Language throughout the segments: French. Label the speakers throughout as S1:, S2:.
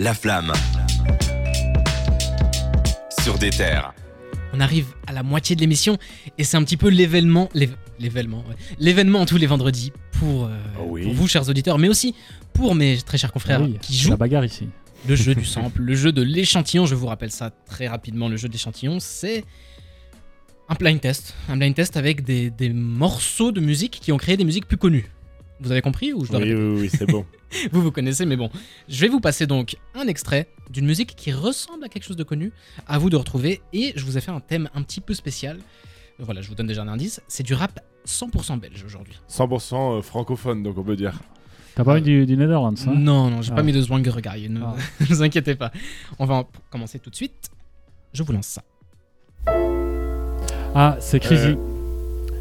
S1: La flamme. Sur des terres.
S2: On arrive à la moitié de l'émission et c'est un petit peu l'événement, l'éve- l'événement, ouais. l'événement tous les vendredis pour, euh,
S3: Oh oui. Ah
S2: pour vous, chers auditeurs, mais aussi pour mes très chers confrères
S4: Oui,
S2: qui
S4: c'est
S2: jouent
S4: la bagarre ici.
S3: bah.
S2: le jeu du sample, le jeu de l'échantillon. Je vous rappelle ça très rapidement. Le jeu de l'échantillon, c'est un blind test, un blind test avec des, des morceaux de musique qui ont créé des musiques plus connues. Vous avez compris ou je dois
S3: Oui, oui, oui, c'est bon.
S2: vous vous connaissez, mais bon. Je vais vous passer donc un extrait d'une musique qui ressemble à quelque chose de connu, à vous de retrouver, et je vous ai fait un thème un petit peu spécial. Voilà, je vous donne déjà un indice, c'est du rap 100% belge aujourd'hui.
S3: 100% francophone, donc on peut dire.
S4: T'as pas eu du, du Netherlands, hein
S2: Euh, Non, non, j'ai
S4: Ah.
S2: pas mis de Zwang Regardier, ne
S4: Ah.
S2: ne vous inquiétez pas. On va en- commencer tout de suite. Je vous lance ça.
S4: Ah, c'est
S2: Euh,
S4: Crazy.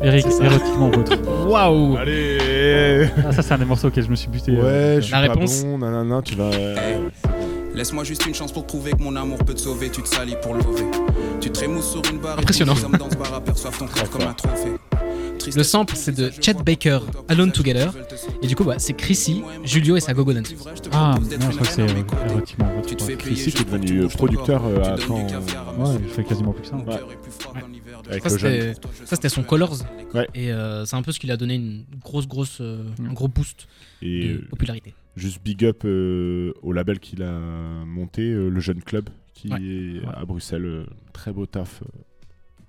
S4: Eric, érotiquement vôtre.
S2: Waouh
S3: Allez
S4: Ah, ça, c'est un des morceaux auxquels je me suis buté.
S3: Ouais,
S4: euh,
S3: je suis
S2: La
S3: pas
S2: réponse
S3: bon, nanana, tu vas... euh,
S5: Laisse-moi juste une chance pour prouver que mon amour peut te sauver, tu te salis pour le lever. Tu te trémousses sur une barre
S2: Impressionnant.
S5: et tous les hommes dans ce bar aperçoivent ton crâne comme un trophée. Triste-
S2: Le sample, c'est de Chet Baker, Alone Together. Et du coup, bah, c'est Chrissy, Julio et sa gogolante.
S4: Ah, non, je crois que c'est euh, érotiquement
S5: Tu te
S4: vôtre.
S5: fais
S4: ouais.
S5: payer,
S3: Chrissy qui
S5: je
S3: est devenu,
S5: tu
S3: euh,
S5: bouges ton
S3: producteur,
S5: corps,
S3: euh,
S5: tu
S3: à
S5: donnes
S3: quand,
S5: du caviar à
S4: euh,
S5: mes
S4: ouais,
S5: yeux.
S4: il fait quasiment plus que ça.
S5: Mon
S3: Ouais.
S5: cœur est plus froid qu'un hiver de
S3: Avec
S2: Ça,
S3: le jeune.
S2: c'était ça, c'était son Colors.
S3: Ouais.
S2: Et euh, c'est un peu ce qui lui a donné une grosse, grosse, euh, un
S4: Mm.
S2: gros boost
S3: Et
S2: de
S3: euh,
S2: popularité.
S3: juste big up euh, au label qu'il a monté, euh, le jeune club, qui
S2: Ouais.
S3: est
S4: Ouais.
S3: à Bruxelles. euh, très beau taf euh,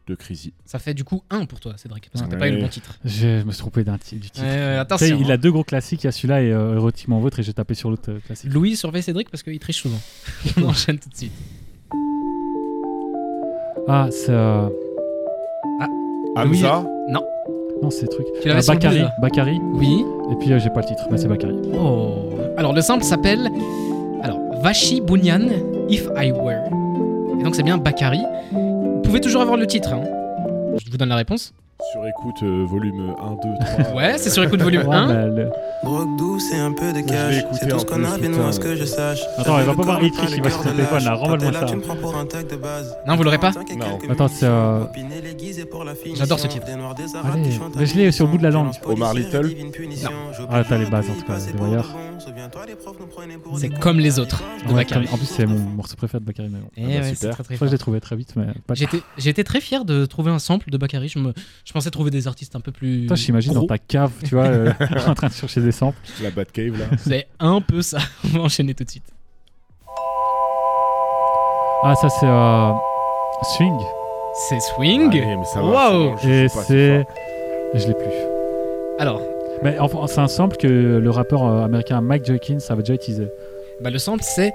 S3: de Crazy.
S2: Ça fait du coup 1 pour toi, Cédric, parce que t'as
S3: Ouais.
S2: pas eu le bon titre.
S4: Je je me suis trompé d'un ti- du titre.
S2: Ouais, ouais,
S4: Tu
S2: attention.
S4: sais, il
S2: hein.
S4: a deux gros classiques, il y a celui-là et euh, érotiquement vôtre, et j'ai tapé sur l'autre euh, classique.
S2: Louis surveille Cédric parce qu'il triche souvent. On enchaîne tout de suite.
S4: Ah, c'est. euh,
S2: Oui.
S3: Hamza
S4: Non, c'est truc.
S2: Tu l'avais
S4: Ah,
S2: sur le bout,
S4: Bakary.
S2: là.
S4: Bakary.
S2: Oui.
S4: Et puis, euh, j'ai pas le titre, mais c'est Bakary.
S2: Oh. Alors le sample s'appelle alors Vashi Bunyan If I Were. Et donc c'est bien Bakari. Vous pouvez toujours avoir le titre. hein. Je vous donne la réponse.
S3: Sur écoute, euh, volume 1, 2, 3.
S2: Ouais, c'est sur écoute volume
S4: Ouais,
S2: 1.
S4: mais le-
S6: Drogue douce et un peu de
S3: vais
S6: cash.
S3: écouter
S6: C'est
S3: un
S6: tout ce qu'on
S3: peu
S6: a,
S3: ce
S6: bien
S3: putain.
S6: à ce que je sache.
S4: Attends, il va
S6: Le
S4: pas voir
S6: corps
S4: Electric,
S6: peint,
S4: il
S6: le
S4: va
S6: cœur
S4: sur ton
S6: de
S4: téléphone,
S6: lâche.
S4: là, renvoie-le-moi
S6: Quand t'es là,
S4: ça.
S6: tu me prends pour un tag de base.
S2: Non, vous l'aurez pas
S6: Tant qu'il y a
S3: Non.
S6: quelques
S4: Attends, c'est, euh,
S6: Opiner, les guises et pour la finition.
S2: J'adore ce titre.
S6: Des noirs, des arabes
S4: Allez,
S6: qui chantent
S4: mais je l'ai sur le bout de la langue.
S3: Omar Little
S4: Ah, t'as les bases, en tout cas, des meilleurs.
S2: C'est comme les autres de
S4: Ouais,
S2: Bakary.
S4: En plus, c'est mon morceau préféré de Bakary, mais bon.
S2: Eh
S3: Ah bah
S2: ouais,
S3: super.
S2: c'est très, très
S4: Je crois que je
S2: fort.
S4: l'ai trouvé très vite, mais pas
S2: J'étais j'étais très fier de trouver un sample de Bakari. Je, me, je pensais trouver des artistes un peu plus.
S4: Toi, j'imagine dans
S2: gros.
S4: ta cave, tu vois, euh, en train de chercher des samples.
S3: La Batcave, là.
S2: C'est un peu ça. On va enchaîner tout de suite.
S4: Ah, ça, c'est euh, Swing.
S2: C'est Swing.
S3: Allez, mais ça va,
S2: Waouh.
S3: c'est bon, je
S4: Et
S3: suis pas
S4: c'est. Je l'ai plus.
S2: Alors,
S4: Mais enfin, c'est un sample que le rappeur euh, américain Mike Jenkins avait déjà utilisé.
S2: bah, le sample, c'est.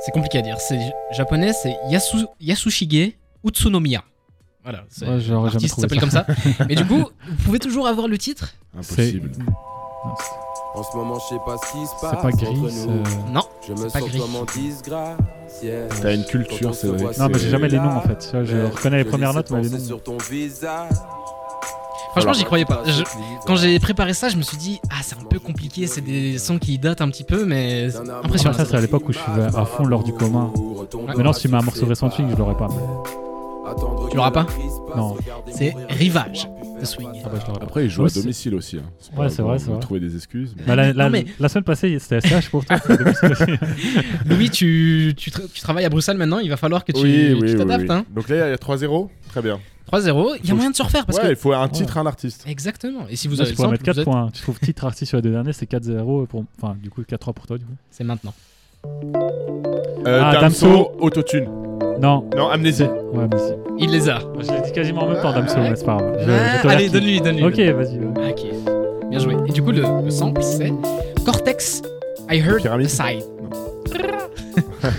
S2: C'est compliqué à dire. C'est j- japonais, c'est Yasu- Yasushige Utsunomiya. Voilà. c'est-
S4: Ouais, j'aurais jamais
S2: L'artiste
S4: trouvé
S2: s'appelle
S4: ça.
S2: comme ça. Mais du coup, vous pouvez toujours avoir le titre.
S4: C'est.
S3: Impossible.
S4: Non, c'est-
S7: En ce moment, je sais pas ce qui se passe.
S4: C'est pas euh.
S7: entre
S4: gris,
S7: nous.
S4: c'est.
S2: Non,
S7: Je me
S2: c'est pas
S7: sens
S2: gris.
S7: comme en disgrâce. yeah.
S3: T'as une
S7: Quand
S3: culture,
S7: on
S3: c'est
S7: se
S3: vrai.
S7: voit,
S3: que
S4: Non, mais
S3: c'est-
S4: j'ai jamais les noms en fait. Tu vois, Je
S7: Ouais.
S4: reconnais les
S7: Je
S4: premières
S7: laisse
S4: notes, mais les
S7: penser
S4: noms.
S7: sur ton visage.
S2: franchement,
S3: Alors,
S2: j'y croyais pas. Je- Quand j'ai préparé ça, je me suis dit, ah, c'est un peu compliqué. C'est des sons qui datent un petit peu, mais c'est
S4: Ah,
S2: impressionnant.
S4: ça, c'est à l'époque où je suis à fond lors du commun. Maintenant, si tu mets un morceau récent de swing, je l'aurais Ah, pas. mais-
S2: Tu l'auras pas
S4: Non.
S2: C'est Rivage de Swing.
S4: Ah bah, je l'aurais pas.
S3: Après, il joue à
S4: Ouais, c'est-
S3: domicile aussi. hein.
S4: Ouais,
S3: pas
S4: c'est
S3: bon,
S4: vrai,
S3: on
S4: c'est
S3: peut
S4: vrai.
S3: trouver des excuses. mais-
S4: Bah, la, la-
S2: Non, mais-
S4: la semaine passée, c'était SH pour toi. c'était domicile aussi.
S2: Louis, tu, tu, tra- tu travailles à Bruxelles maintenant. Il va falloir que tu
S3: oui,
S2: tu
S3: oui, oui,
S2: t'adaptes.
S3: oui.
S2: hein.
S3: Donc là, il y a 3-0. Très bien.
S2: 3-0. Il y a
S3: Faut-
S2: moyen de se refaire parce
S3: ouais,
S2: que. Ah.
S3: il faut un titre, un artiste.
S2: Exactement. Et si vous
S4: Là,
S2: avez
S4: tu
S2: le
S4: pourrais
S2: sample,
S4: mettre 4
S2: vous êtes-
S4: points. hein. Tu trouves titre artiste sur les deux derniers, c'est 4-0. Pour... Enfin, du coup, 4-3 pour toi. Du coup.
S2: c'est maintenant.
S3: Euh,
S4: Ah,
S3: Damso,
S4: Damso.
S3: Autotune.
S4: Non.
S3: Non, Amnésie.
S4: Ouais, mais si.
S2: Il les a.
S4: Je l'ai dit quasiment en même temps, Damso, mais c'est pas grave. Je- je
S2: Ah,
S4: te
S2: allez,
S4: verse.
S2: donne-lui, donne-lui.
S4: Ok, vas-y. ouais.
S2: Ah, Ok. Bien joué. Et du coup, le, le sample, c'est Cortex. I heard
S3: pyramide.
S2: the side.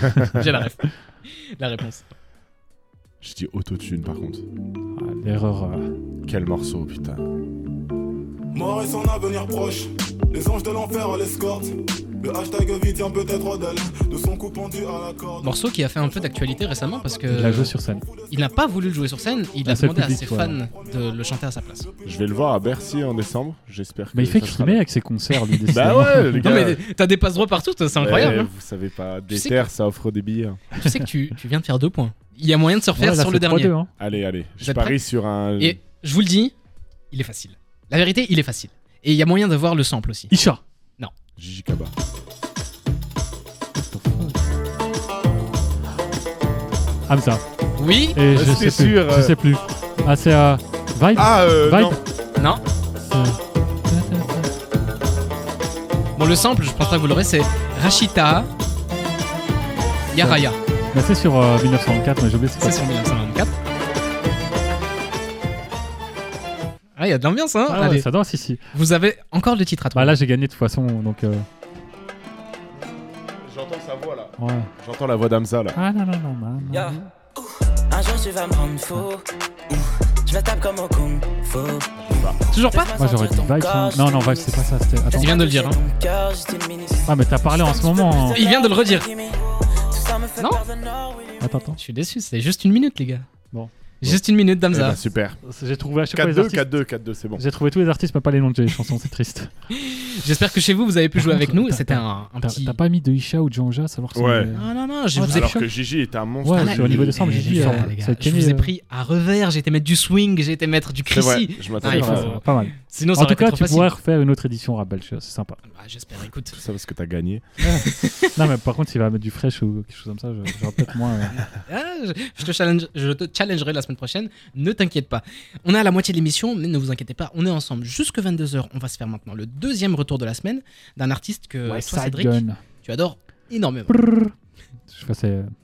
S2: J'ai la ref. La réponse.
S3: Je dis Autotune, par contre.
S4: Ah, L'erreur. euh,
S3: Quel morceau, putain.
S8: Mort et son avenir proche. Les anges de l'enfer l'escortent. Le hashtag vie tient peut-être d'elle. De son coup pendu à la corde.
S2: Morceau qui a fait un peu d'actualité récemment parce que
S4: Il la joue sur scène.
S2: il n'a pas voulu le jouer sur scène, il a
S4: Ah, c'est le
S2: demandé à ses
S4: public, ouais.
S2: fans de le chanter à sa place.
S3: Je vais le voir à Bercy en décembre. J'espère que.
S4: Mais il fait
S3: ça sera
S4: crimer
S3: là.
S4: avec ses concerts, lui,
S3: Bah
S4: décidément.
S3: ouais, les
S2: Non
S3: gars.
S2: mais t'as des passe droits partout, toi, c'est incroyable.
S3: Ouais,
S2: hein.
S3: Vous savez pas, des
S2: sais
S3: terres, ça offre des billets. hein.
S2: Tu sais que tu, tu viens de faire deux points. Il y a moyen de se
S4: Ouais,
S2: refaire
S4: là,
S2: sur le
S4: c'est 3-2,
S2: dernier.
S4: hein.
S3: Allez, allez. Je
S2: êtes
S3: parie sur un.
S2: Et je vous le dis, il est facile. La vérité, il est facile. Et il y a moyen d'avoir le sample aussi.
S4: Isha.
S3: Gigi Kaba.
S4: Hamza.
S2: Oui,
S4: Et je
S3: C'était
S4: sais plus.
S3: sûr,
S4: Je
S3: euh.
S4: sais plus. Ah, c'est euh, Vibe
S3: Ah, euh,
S4: Vibe
S3: non.
S2: non.
S4: C'est-
S2: Bon, le sample, je pense pas que vous l'aurez, c'est Rachita Yaraya.
S4: Mais c'est sur euh, 1904, mais j'ai oublié c'est quoi.
S2: C'est sur 1924. Ah, il y a de l'ambiance, hein
S4: Ah ouais,
S2: Allez,
S4: ça danse ici.
S2: Vous avez encore le titre à trouver.
S4: Bah là, j'ai gagné de toute façon, donc. euh,
S3: J'entends sa voix là.
S4: ouais.
S3: J'entends la voix d'Amza là.
S4: Ah non, non, non, non. non.
S1: Un jour tu vas me rendre fou. Je la tape comme au kung fu.
S2: Toujours pas
S4: Moi, j'aurais dit Vibe. hein. Non, non, Vibe, c'est pas ça. c'était- Attends.
S2: Il vient de le dire, hein.
S4: Ah, mais t'as parlé en ce moment. hein.
S2: Il vient de le redire. Non
S4: Attends, attends.
S2: Je suis déçu, c'est juste une minute, les gars.
S4: Bon.
S2: Juste une minute,
S3: Eh
S2: Damza.
S3: ben, super.
S4: J'ai trouvé à chaque fois les
S3: 4-2,
S4: artistes.
S3: 4-2, 4-2, c'est bon.
S4: J'ai trouvé tous les artistes, mais pas les noms de les chansons, c'est triste.
S2: J'espère que chez vous, vous avez pu
S4: Par
S2: jouer avec
S4: contre,
S2: nous.
S4: t'as-
S2: C'était
S4: t'as-
S2: un, un
S4: T'as
S2: petit.
S4: t'as pas mis de Isha ou de Janja, savoir si.
S3: Ouais.
S2: Non, non, non, je
S4: Ouais,
S2: vous ai
S3: Alors
S2: pris-
S3: que Gigi est un monstre.
S4: Ouais,
S2: Ah,
S4: parce qu'au
S2: il-
S4: niveau des samples,
S2: il-
S4: Gigi,
S2: il-
S4: euh,
S2: les gars,
S4: ça va être
S2: Je vous ai
S4: gagné,
S2: pris à revers, j'étais mettre du swing, j'étais mettre du
S3: C'est vrai,
S2: Chrissy.
S3: je
S2: Ah,
S3: m'attendais
S2: il
S3: pas à
S2: faut-
S3: ça.
S4: Pas mal.
S2: Sinon, ça
S4: En
S2: aurait
S4: tout
S2: été
S4: cas,
S2: trop
S4: tu
S2: facile.
S4: pourrais refaire une autre édition rap belge, c'est sympa.
S2: Bah, J'espère, écoute.
S3: Ça parce que t'as gagné.
S4: non, mais par contre, s'il va mettre du fresh ou quelque chose comme ça, je- j'aurais peut-être moins. euh,
S2: Ah, je, je te challenge, je te challengerai la semaine prochaine. Ne t'inquiète pas. On est à la moitié de l'émission, mais ne vous inquiétez pas. On est ensemble jusque 22h. On va se faire maintenant le deuxième retour de la semaine d'un artiste que toi,
S4: West Side
S2: Cédric,
S4: Gun.
S2: tu adores énormément.
S4: Brrr. Je faisais.